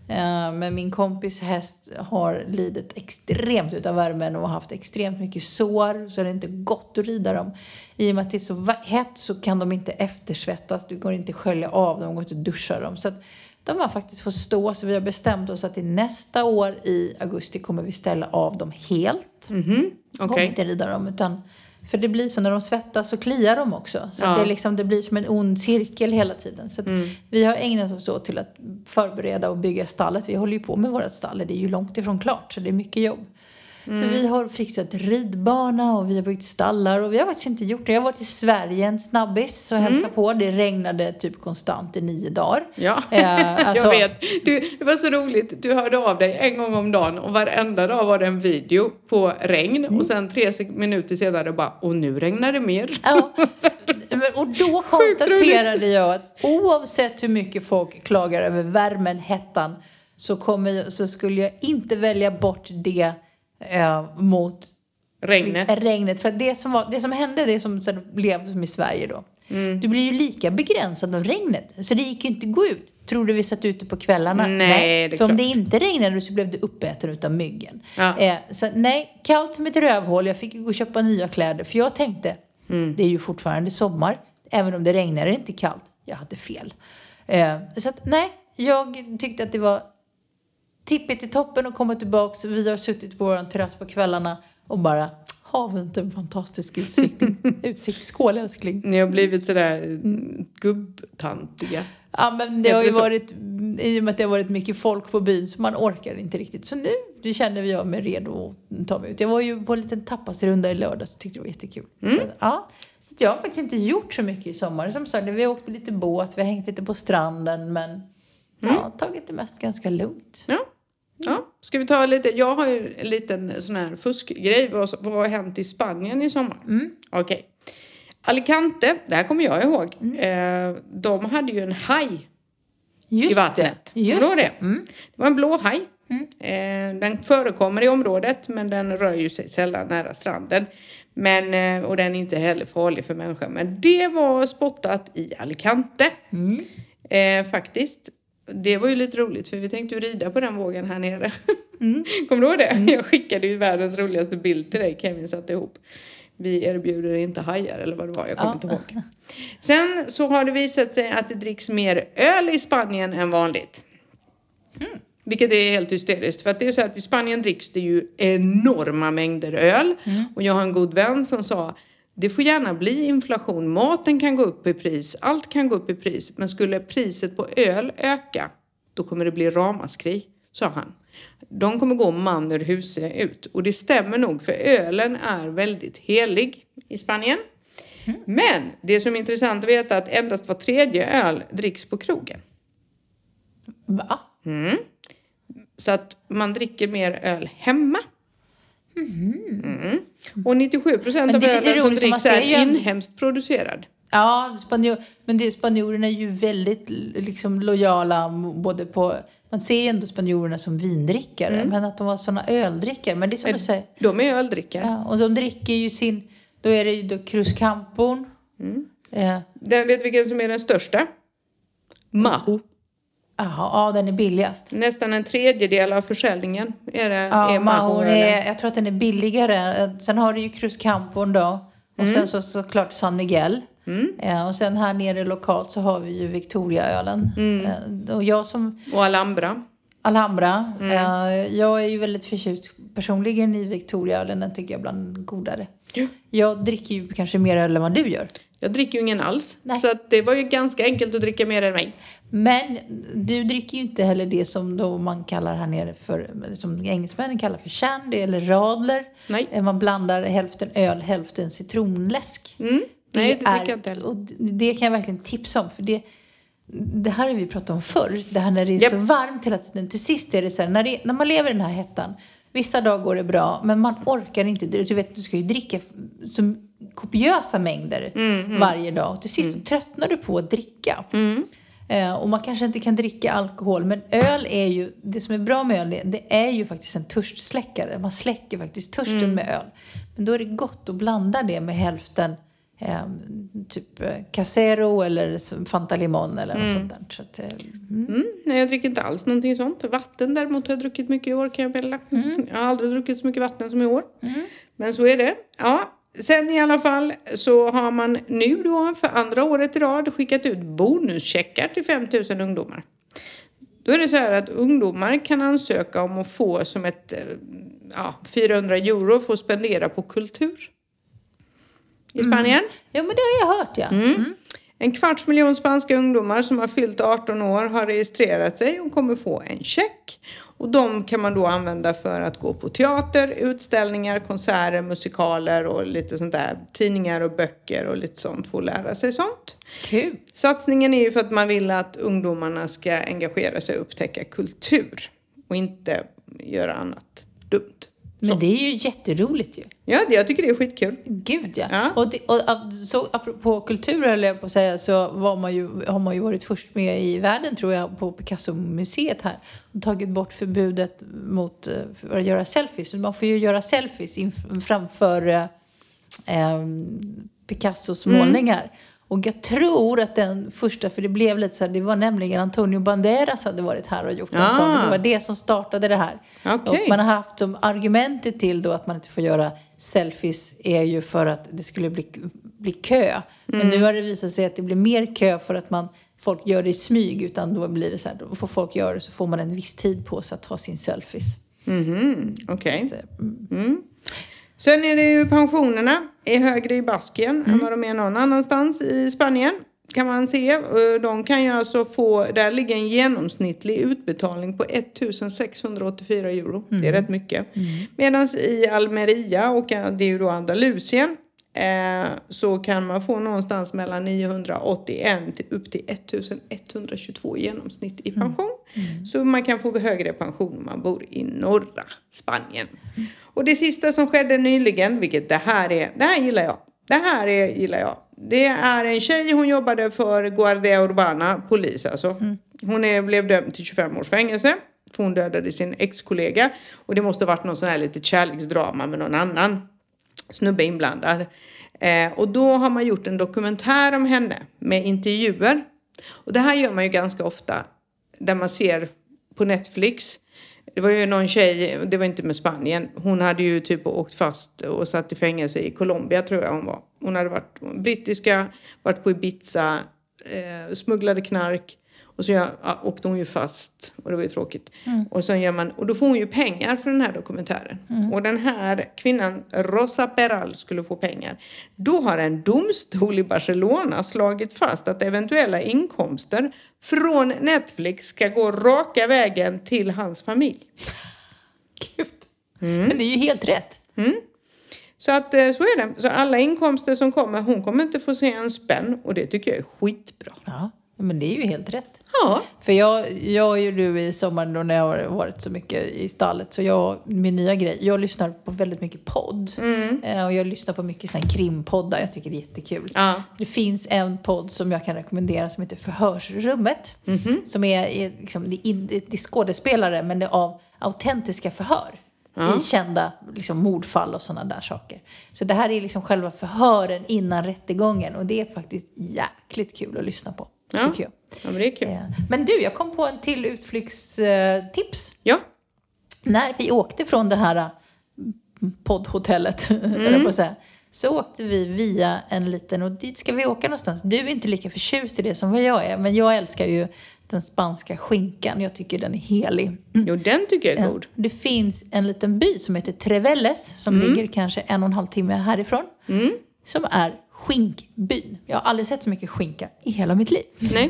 Speaker 2: eh, Men min kompis häst har lidit extremt utav värmen och har haft extremt mycket sår så det är inte gott att rida dem. I och med att det är så va- hett så kan de inte eftersvettas, du går inte att skölja av dem, går inte att duscha dem. Så att de har faktiskt fått stå, så vi har bestämt oss att i nästa år i augusti kommer vi ställa av dem helt
Speaker 1: Mhm,
Speaker 2: okay.
Speaker 1: Okej.
Speaker 2: kommer inte rida dem utan För det blir så när de svettas så kliar de också. Så
Speaker 1: Ja. Mm.
Speaker 2: att det, är liksom, det blir som en ond cirkel hela tiden. Så att vi har ägnat oss åt till att förbereda och bygga stallet. Vi håller ju på med vårt stall. Det är ju långt ifrån klart så det är mycket jobb. Så
Speaker 1: Mm.
Speaker 2: vi har fixat ridbana och vi har byggt stallar och vi har faktiskt inte gjort det. Jag har varit i Sverige en snabbis och
Speaker 1: Mm.
Speaker 2: hälsat på. Det regnade typ konstant i nio dagar.
Speaker 1: Ja,
Speaker 2: Eh, alltså-
Speaker 1: jag vet. Du, det var så roligt. Du hörde av dig en gång om dagen och varenda dag var det en video på regn
Speaker 2: Mm.
Speaker 1: och sen tre sek- minuter senare bara och nu regnar det mer.
Speaker 2: Ja. Men- Och då konstaterade jag att oavsett hur mycket folk klagar över värmen, hettan, så, kommer, jag- så skulle jag inte välja bort det eh, mot
Speaker 1: Regnet.
Speaker 2: regnet. För att det som, var, det som hände, det som sen blev som i Sverige då.
Speaker 1: Mm.
Speaker 2: Du blir ju lika begränsad av regnet. Så det gick ju inte att gå ut. Tror du vi satt ute på kvällarna?
Speaker 1: Nej, det är
Speaker 2: För om
Speaker 1: klart.
Speaker 2: det inte regnade så blev du uppäten utav myggen.
Speaker 1: Ja.
Speaker 2: Eh, så nej, kallt som ett rövhål. Jag fick ju gå och köpa nya kläder. För jag tänkte,
Speaker 1: Mm.
Speaker 2: det är ju fortfarande sommar. Även om det regnar är det inte kallt. Jag hade fel. Eh, så att, nej, jag tyckte att det var tippet i toppen och kommit tillbaks. Vi har suttit på vår terrass på kvällarna och bara har vi inte en fantastisk utsikt? utsikt. Skål älskling!
Speaker 1: Ni har blivit sådär eh, gubbtantiga.
Speaker 2: Ja men det har ju
Speaker 1: Heter det så?
Speaker 2: varit, i och med att det har varit mycket folk på byn så man orkar inte riktigt. Så nu, nu känner jag mig redo att ta mig ut. Jag var ju på en liten tapasrunda i lördags och tyckte det var jättekul. Så, att, ja. Mm. så att jag har faktiskt inte gjort så mycket i sommar. Som sagt, vi har åkt på lite båt, vi har hängt lite på stranden men ja, tagit det mest ganska lugnt.
Speaker 1: Ja. ja. Ska vi ta lite? Jag har ju en liten sån här fuskgrej. Vad, vad har hänt i Spanien i sommar?
Speaker 2: Mm.
Speaker 1: Okej. Alicante, det här kommer jag ihåg.
Speaker 2: Mm.
Speaker 1: Eh, de hade ju en haj
Speaker 2: Just
Speaker 1: i vattnet.
Speaker 2: Det. Mm.
Speaker 1: Kommer du
Speaker 2: Just
Speaker 1: ihåg det? det var en blå haj. Eh, den förekommer i området men den rör ju sig sällan nära stranden. Men, eh, och den är inte heller farlig för människor. Men det var spottat i Alicante. Eh, faktiskt. Det var ju lite roligt för vi tänkte ju rida på den vågen här nere. Kommer du ihåg det? Jag skickade ju världens roligaste bild till dig Kevin satte ihop. Vi erbjuder inte hajar eller vad det var, jag kommer
Speaker 2: Ja.
Speaker 1: inte ihåg. Sen så har det visat sig att det dricks mer öl i Spanien än vanligt. Vilket är helt hysteriskt. För att det är så att i Spanien dricks det ju enorma mängder öl. Och jag har en god vän som sa det får gärna bli inflation. Maten kan gå upp i pris. Allt kan gå upp i pris. Men skulle priset på öl öka, då kommer det bli ramaskri, sa han. De kommer gå man ur huset ut. Och det stämmer nog, för ölen är väldigt helig i Spanien. Men det som är intressant att veta är att endast var tredje öl dricks på krogen.
Speaker 2: Va?
Speaker 1: Så att man dricker mer öl hemma. Mm. Och 97 procent
Speaker 2: Men
Speaker 1: av
Speaker 2: det är lite
Speaker 1: ölen som
Speaker 2: roligt, för man
Speaker 1: dricks är
Speaker 2: ser ju en-
Speaker 1: inhemskt producerad.
Speaker 2: Ja, spanjor, men det, spanjorerna är ju väldigt liksom, lojala. m- Både på, man ser ju ändå spanjorerna som vindrickare, men att de var såna öldrickare. Men det är som du säger.
Speaker 1: De är öldrickare.
Speaker 2: Ja, och de dricker ju sin... Då är det ju då Cruzcampon. Eh,
Speaker 1: Den, vet du vilken som är den största? Maho.
Speaker 2: aha, ja, den är billigast.
Speaker 1: Nästan en tredjedel av försäljningen är, det,
Speaker 2: Ja,
Speaker 1: är Maho.
Speaker 2: Mahon
Speaker 1: eller-
Speaker 2: är, jag tror att den är billigare. Eh, Sen har du ju Cruzcampon då. Och sen så, såklart San Miguel. Eh, och sen här nere lokalt så har vi ju Victoriaölen. Eh, och jag som...
Speaker 1: Och Alhambra.
Speaker 2: Alhambra. Eh, jag är ju väldigt förtjust personligen i Victoriaölen. Den tycker jag är bland godare. Jag dricker ju kanske mer öl än vad du gör.
Speaker 1: Jag dricker ju ingen alls.
Speaker 2: Nej.
Speaker 1: Så att det var ju ganska enkelt att dricka mer än mig.
Speaker 2: Men du dricker ju inte heller det som då man kallar här nere för, som engelsmännen kallar för shandy eller radler.
Speaker 1: Nej.
Speaker 2: Eh, Man blandar hälften öl, hälften citronläsk.
Speaker 1: Mm. Nej, det dricker
Speaker 2: är-
Speaker 1: jag inte heller.
Speaker 2: Och d- det kan jag verkligen tipsa om. För det, det här har vi pratat om förr. Det här när det är
Speaker 1: Japp.
Speaker 2: så varmt hela tiden. Till sist är det så här, när, det, när man lever i den här hettan. Vissa dagar går det bra, men man orkar inte. Du du vet, du ska ju dricka f- så kopiösa mängder
Speaker 1: Mm,
Speaker 2: varje dag. Och till sist så tröttnar du på att dricka. Eh, och man kanske inte kan dricka alkohol, men öl är ju, det som är bra med öl, är- det är ju faktiskt en törstsläckare. Man släcker faktiskt törsten med öl. Men då är det gott att blanda det med hälften eh, typ eh, Casero eller som Fanta Limon eller något sånt där. Så att, eh, mm.
Speaker 1: Mm, nej, jag dricker inte alls någonting sånt. Vatten däremot har jag druckit mycket i år kan jag meddela. Jag har aldrig druckit så mycket vatten som i år. Men så är det. Ja. Sen i alla fall så har man nu då för andra året i rad skickat ut bonuscheckar till 5000 ungdomar. Då är det så här att ungdomar kan ansöka om att få som ett eh, ja, 400 euro för att spendera på kultur. i Spanien.
Speaker 2: Ja, men det har jag hört ja.
Speaker 1: En kvarts miljon spanska ungdomar som har fyllt 18 år har registrerat sig och kommer få en check. Och de kan man då använda för att gå på teater, utställningar, konserter, musikaler och lite sånt där. Tidningar och böcker och lite sånt för att lära sig sånt.
Speaker 2: Kul.
Speaker 1: Satsningen är ju för att man vill att ungdomarna ska engagera sig och upptäcka kultur och inte göra annat dumt.
Speaker 2: Men det är ju jätteroligt ju.
Speaker 1: Ja, det- jag tycker det är skitkul.
Speaker 2: Gud ja.
Speaker 1: Ja.
Speaker 2: Och, det, och ap- så apropå kultur höll jag på att säga så var man ju, har man ju varit först med i världen tror jag på Picasso-museet här. Och tagit bort förbudet mot eh, för att göra selfies. Så man får ju göra selfies inf- framför eh, eh, Picassos
Speaker 1: Mm.
Speaker 2: målningar. Och jag tror att den första, för det blev lite så här, det var nämligen Antonio Banderas hade varit här och gjort en
Speaker 1: Ah.
Speaker 2: sån. och Det var det som startade det här.
Speaker 1: Okej.
Speaker 2: Och man har haft som argumentet till då att man inte får göra selfies är ju för att det skulle bli, bli kö. Men nu har det visat sig att det blir mer kö för att man, folk gör det i smyg. Utan då blir det så här, då får folk göra det så får man en viss tid på sig att ta sin selfies.
Speaker 1: Mhm, okej. Mm. Sen är det ju pensionerna är högre i Baskien än vad de är någon annanstans i Spanien. Kan man se. Eh, De kan ju alltså få, där ligger en genomsnittlig utbetalning på 1684 euro. Det är rätt mycket. Medan i Almeria, och eh, det är ju då Andalusien, eh, så kan man få någonstans mellan 981 till upp till 1122 i genomsnitt i pension. Så man kan få högre pension om man bor i norra Spanien. Och det sista som skedde nyligen, vilket det här är, det här gillar jag. Det här är, gillar jag. Det är en tjej, hon jobbade för Guardia Urbana, polis alltså. Hon är, blev dömd till 25 års fängelse. För hon dödade sin ex-kollega. Och det måste ha varit någon sån här litet kärleksdrama med någon annan snubbe inblandad. Eh, och då har man gjort en dokumentär om henne med intervjuer. Och det här gör man ju ganska ofta där man ser på Netflix. Det var ju någon tjej, det var inte med Spanien, hon hade ju typ åkt fast och satt i fängelse i Colombia tror jag hon var. Hon hade varit brittiska, varit på Ibiza, eh, smugglade knark och så gör, ja, åkte hon ju fast och det var ju tråkigt. Och, sen gör man, och då får hon ju pengar för den här dokumentären. Och den här kvinnan, Rosa Peral, skulle få pengar. Då har en domstol i Barcelona slagit fast att eventuella inkomster från Netflix ska gå raka vägen till hans familj.
Speaker 2: Gud. Mm. Men det är ju helt rätt.
Speaker 1: Så att eh, så är det. Så alla inkomster som kommer, hon kommer inte få se en spänn och det tycker jag är skitbra.
Speaker 2: Ja, men det är ju helt rätt.
Speaker 1: Ja.
Speaker 2: För jag, jag är ju nu i sommar då när jag har varit så mycket i stallet. Så jag, min nya grej, jag lyssnar på väldigt mycket podd.
Speaker 1: Mm.
Speaker 2: Eh, Och jag lyssnar på mycket såna här krimpoddar. Jag tycker det är jättekul.
Speaker 1: Ja.
Speaker 2: Det finns en podd som jag kan rekommendera som heter Förhörsrummet.
Speaker 1: Mhm.
Speaker 2: Som är, är liksom, det, är in, det är skådespelare men det är av autentiska förhör. I kända liksom, mordfall och sådana där saker. Så det här är liksom själva förhören innan rättegången. Och det är faktiskt jäkligt kul att lyssna på.
Speaker 1: Ja.
Speaker 2: Tycker jag.
Speaker 1: ja, men det är kul.
Speaker 2: Ja. Men du, jag kom på en till utflyktstips.
Speaker 1: Ja.
Speaker 2: När vi åkte från det här eh, poddhotellet, mm. på att säga, så åkte vi via en liten, och dit ska vi åka någonstans. Du är inte lika förtjust i det som vad jag är, men jag älskar ju den spanska skinkan. Jag tycker den är helig.
Speaker 1: Jo, den tycker jag är god. Mm.
Speaker 2: Det finns en liten by som heter Trevelles som ligger kanske en och en halv timme härifrån. Som är skinkbyn. Jag har aldrig sett så mycket skinka i hela mitt liv.
Speaker 1: Nej,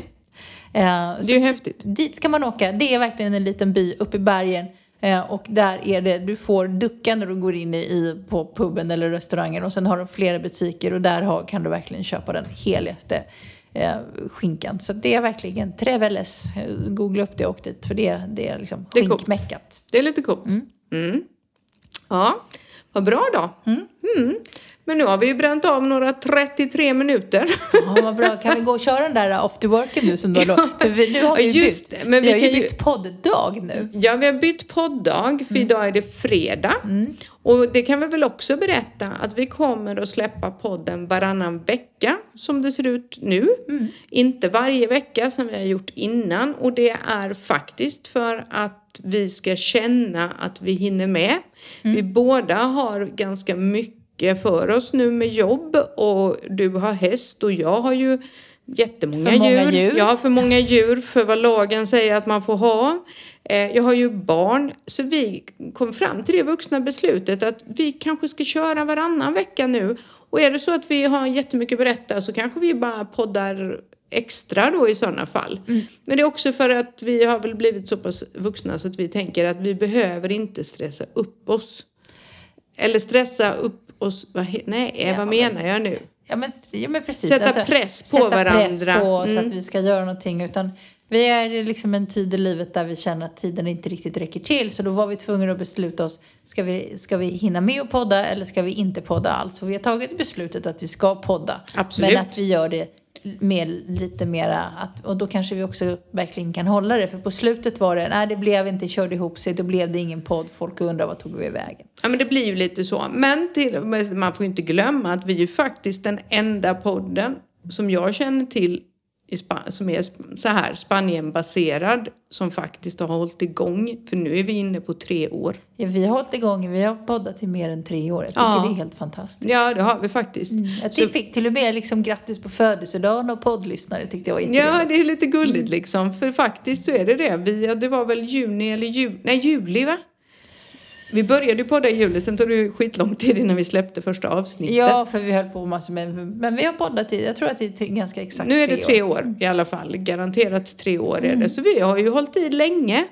Speaker 2: Eh,
Speaker 1: det är ju häftigt.
Speaker 2: Dit ska man åka. Det är verkligen en liten by uppe i bergen. Eh, och där är det, du får ducka när du går in i- i, på puben eller restaurangen. Och sen har de flera butiker och där har, kan du verkligen köpa den heligaste eh, skinkan. Så det är verkligen Treveles. Eh, Googla upp det och åk dit. För det, är- det är liksom
Speaker 1: Det är coolt.
Speaker 2: skinkmäckat.
Speaker 1: Det är lite coolt. Mm. Ja, vad bra då. Mm. Men nu har vi ju bränt av några 33 minuter.
Speaker 2: Ja, vad bra. Kan vi gå och köra den där eh, after worken nu som du har lovat? För vi, nu har vi ju
Speaker 1: Just
Speaker 2: bytt.
Speaker 1: det, men
Speaker 2: vi har
Speaker 1: vi
Speaker 2: ju
Speaker 1: kan ju-
Speaker 2: bytt poddag nu.
Speaker 1: Ja, vi har bytt poddag för idag är det fredag. Och det kan vi väl också berätta att vi kommer att släppa podden varannan vecka som det ser ut nu. Inte varje vecka som vi har gjort innan och det är faktiskt för att vi ska känna att vi hinner med. Vi båda har ganska mycket för oss nu med jobb och du har häst och jag har ju jättemånga
Speaker 2: För många djur.
Speaker 1: djur. Jag har för många djur för vad lagen säger att man får ha. Eh, Jag har ju barn. Så vi kom fram till det vuxna beslutet att vi kanske ska köra varannan vecka nu Och är det så att vi har jättemycket att berätta så kanske vi bara poddar extra då i sådana fall.
Speaker 2: Mm.
Speaker 1: Men det är också för att vi har väl blivit så pass vuxna så att vi tänker att vi behöver inte stressa upp oss. Eller stressa upp oss, vad, he- nej vad menar jag nu?
Speaker 2: Ja men, ja, men precis. Alltså,
Speaker 1: Sätta press på
Speaker 2: sätta
Speaker 1: varandra. Mm.
Speaker 2: Press på oss att vi ska göra någonting. Utan vi är i liksom en tid i livet där vi känner att tiden inte riktigt räcker till. Så då var vi tvungna att besluta oss. Ska vi, ska vi hinna med att podda eller ska vi inte podda alls? För vi har tagit beslutet att vi ska podda.
Speaker 1: Absolut.
Speaker 2: Men att vi gör det med lite mera. Att, och då kanske vi också verkligen kan hålla det. För på slutet var det, nej det blev inte, körde ihop sig. Då blev det ingen podd. Folk undrar vad tog vi vägen.
Speaker 1: Ja men det blir ju lite så. Men till, men man får ju inte glömma att vi är ju faktiskt den enda podden som jag känner till i Spa- som är sp- så här Spanienbaserad som faktiskt har hållit igång. För nu är vi inne på tre år.
Speaker 2: Ja, vi har hållit igång, vi har poddat i mer än tre år. Jag tycker
Speaker 1: Ja.
Speaker 2: det är helt fantastiskt.
Speaker 1: Ja det har vi faktiskt.
Speaker 2: Att
Speaker 1: Så-
Speaker 2: vi fick till och med liksom grattis på födelsedagen och poddlyssnare tyckte jag var jätteroligt.
Speaker 1: Ja, det är lite gulligt liksom. För faktiskt så är det det. Vi, ja, det var väl juni eller jul, nej, juli va? Vi började ju podda i juli, sen tog det ju skitlång tid innan vi släppte första avsnittet.
Speaker 2: Ja, för vi höll på massor med, men vi har poddat i, jag tror att det är till- ganska exakt
Speaker 1: nu är det
Speaker 2: år.
Speaker 1: tre år, i alla fall. Garanterat tre år är det. Så vi har ju hållit i länge.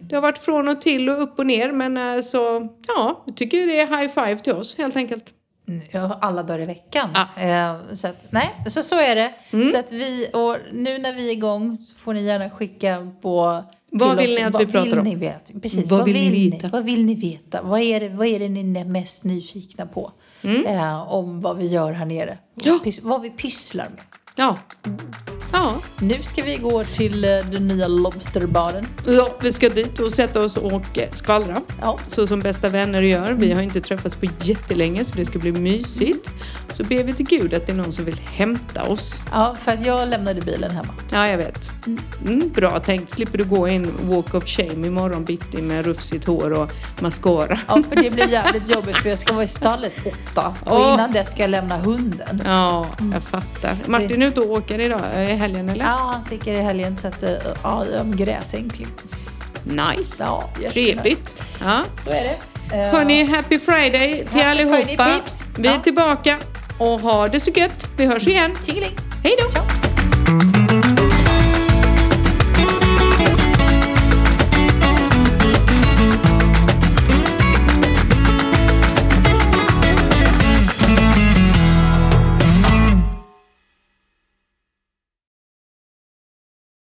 Speaker 1: Det har varit från och till och upp och ner. Men eh, så, ja, jag tycker det är high five till oss helt enkelt.
Speaker 2: Mm, Ja, alla dagar i veckan.
Speaker 1: Ja. Mm.
Speaker 2: Eh, Så att, nej, så, så är det. Så att vi, och nu när vi är igång så får ni gärna skicka på
Speaker 1: Vad
Speaker 2: till
Speaker 1: vill ni att
Speaker 2: vad
Speaker 1: vi pratar
Speaker 2: vill
Speaker 1: om?
Speaker 2: Ni veta? Precis,
Speaker 1: Vad vill ni veta?
Speaker 2: Vad vill ni veta? Vad är det, vad är det ni är mest nyfikna på? Eh, om vad vi gör här nere.
Speaker 1: Mm. Ja.
Speaker 2: Pys- vad vi pysslar med.
Speaker 1: Ja. Ja.
Speaker 2: Nu ska vi gå till eh, den nya Lobsterbaren.
Speaker 1: ja, vi ska dit och sätta oss och eh, skvallra.
Speaker 2: Ja.
Speaker 1: Så som bästa vänner gör. Vi har inte träffats på jättelänge så det ska bli mysigt. Så ber vi till Gud att det är någon som vill hämta oss.
Speaker 2: ja, för att jag lämnade bilen hemma.
Speaker 1: Ja, jag vet. Mm, bra tänkt. Slipper du gå en walk of shame imorgon bitti med rufsigt hår och mascara.
Speaker 2: Ja, för det blir jävligt jobbigt för jag ska vara i stallet åtta. Och
Speaker 1: Åh.
Speaker 2: innan det ska jag lämna hunden.
Speaker 1: Ja, jag fattar. Martin är ute och åker idag, eh, i helgen eller?
Speaker 2: Mm. Ja, han sticker i helgen så att, eh, ja, om gräsänkling.
Speaker 1: Nice!
Speaker 2: Ja, jättenice.
Speaker 1: Trevligt! Ja.
Speaker 2: Så är det. Eh,
Speaker 1: Hörni, happy friday till
Speaker 2: Happy
Speaker 1: allihopa!
Speaker 2: Friday, peeps.
Speaker 1: Vi är
Speaker 2: Ja.
Speaker 1: tillbaka och ha det så gött! Vi hörs igen!
Speaker 2: Eh, Tjingeling!
Speaker 1: Hej då!
Speaker 2: Ciao.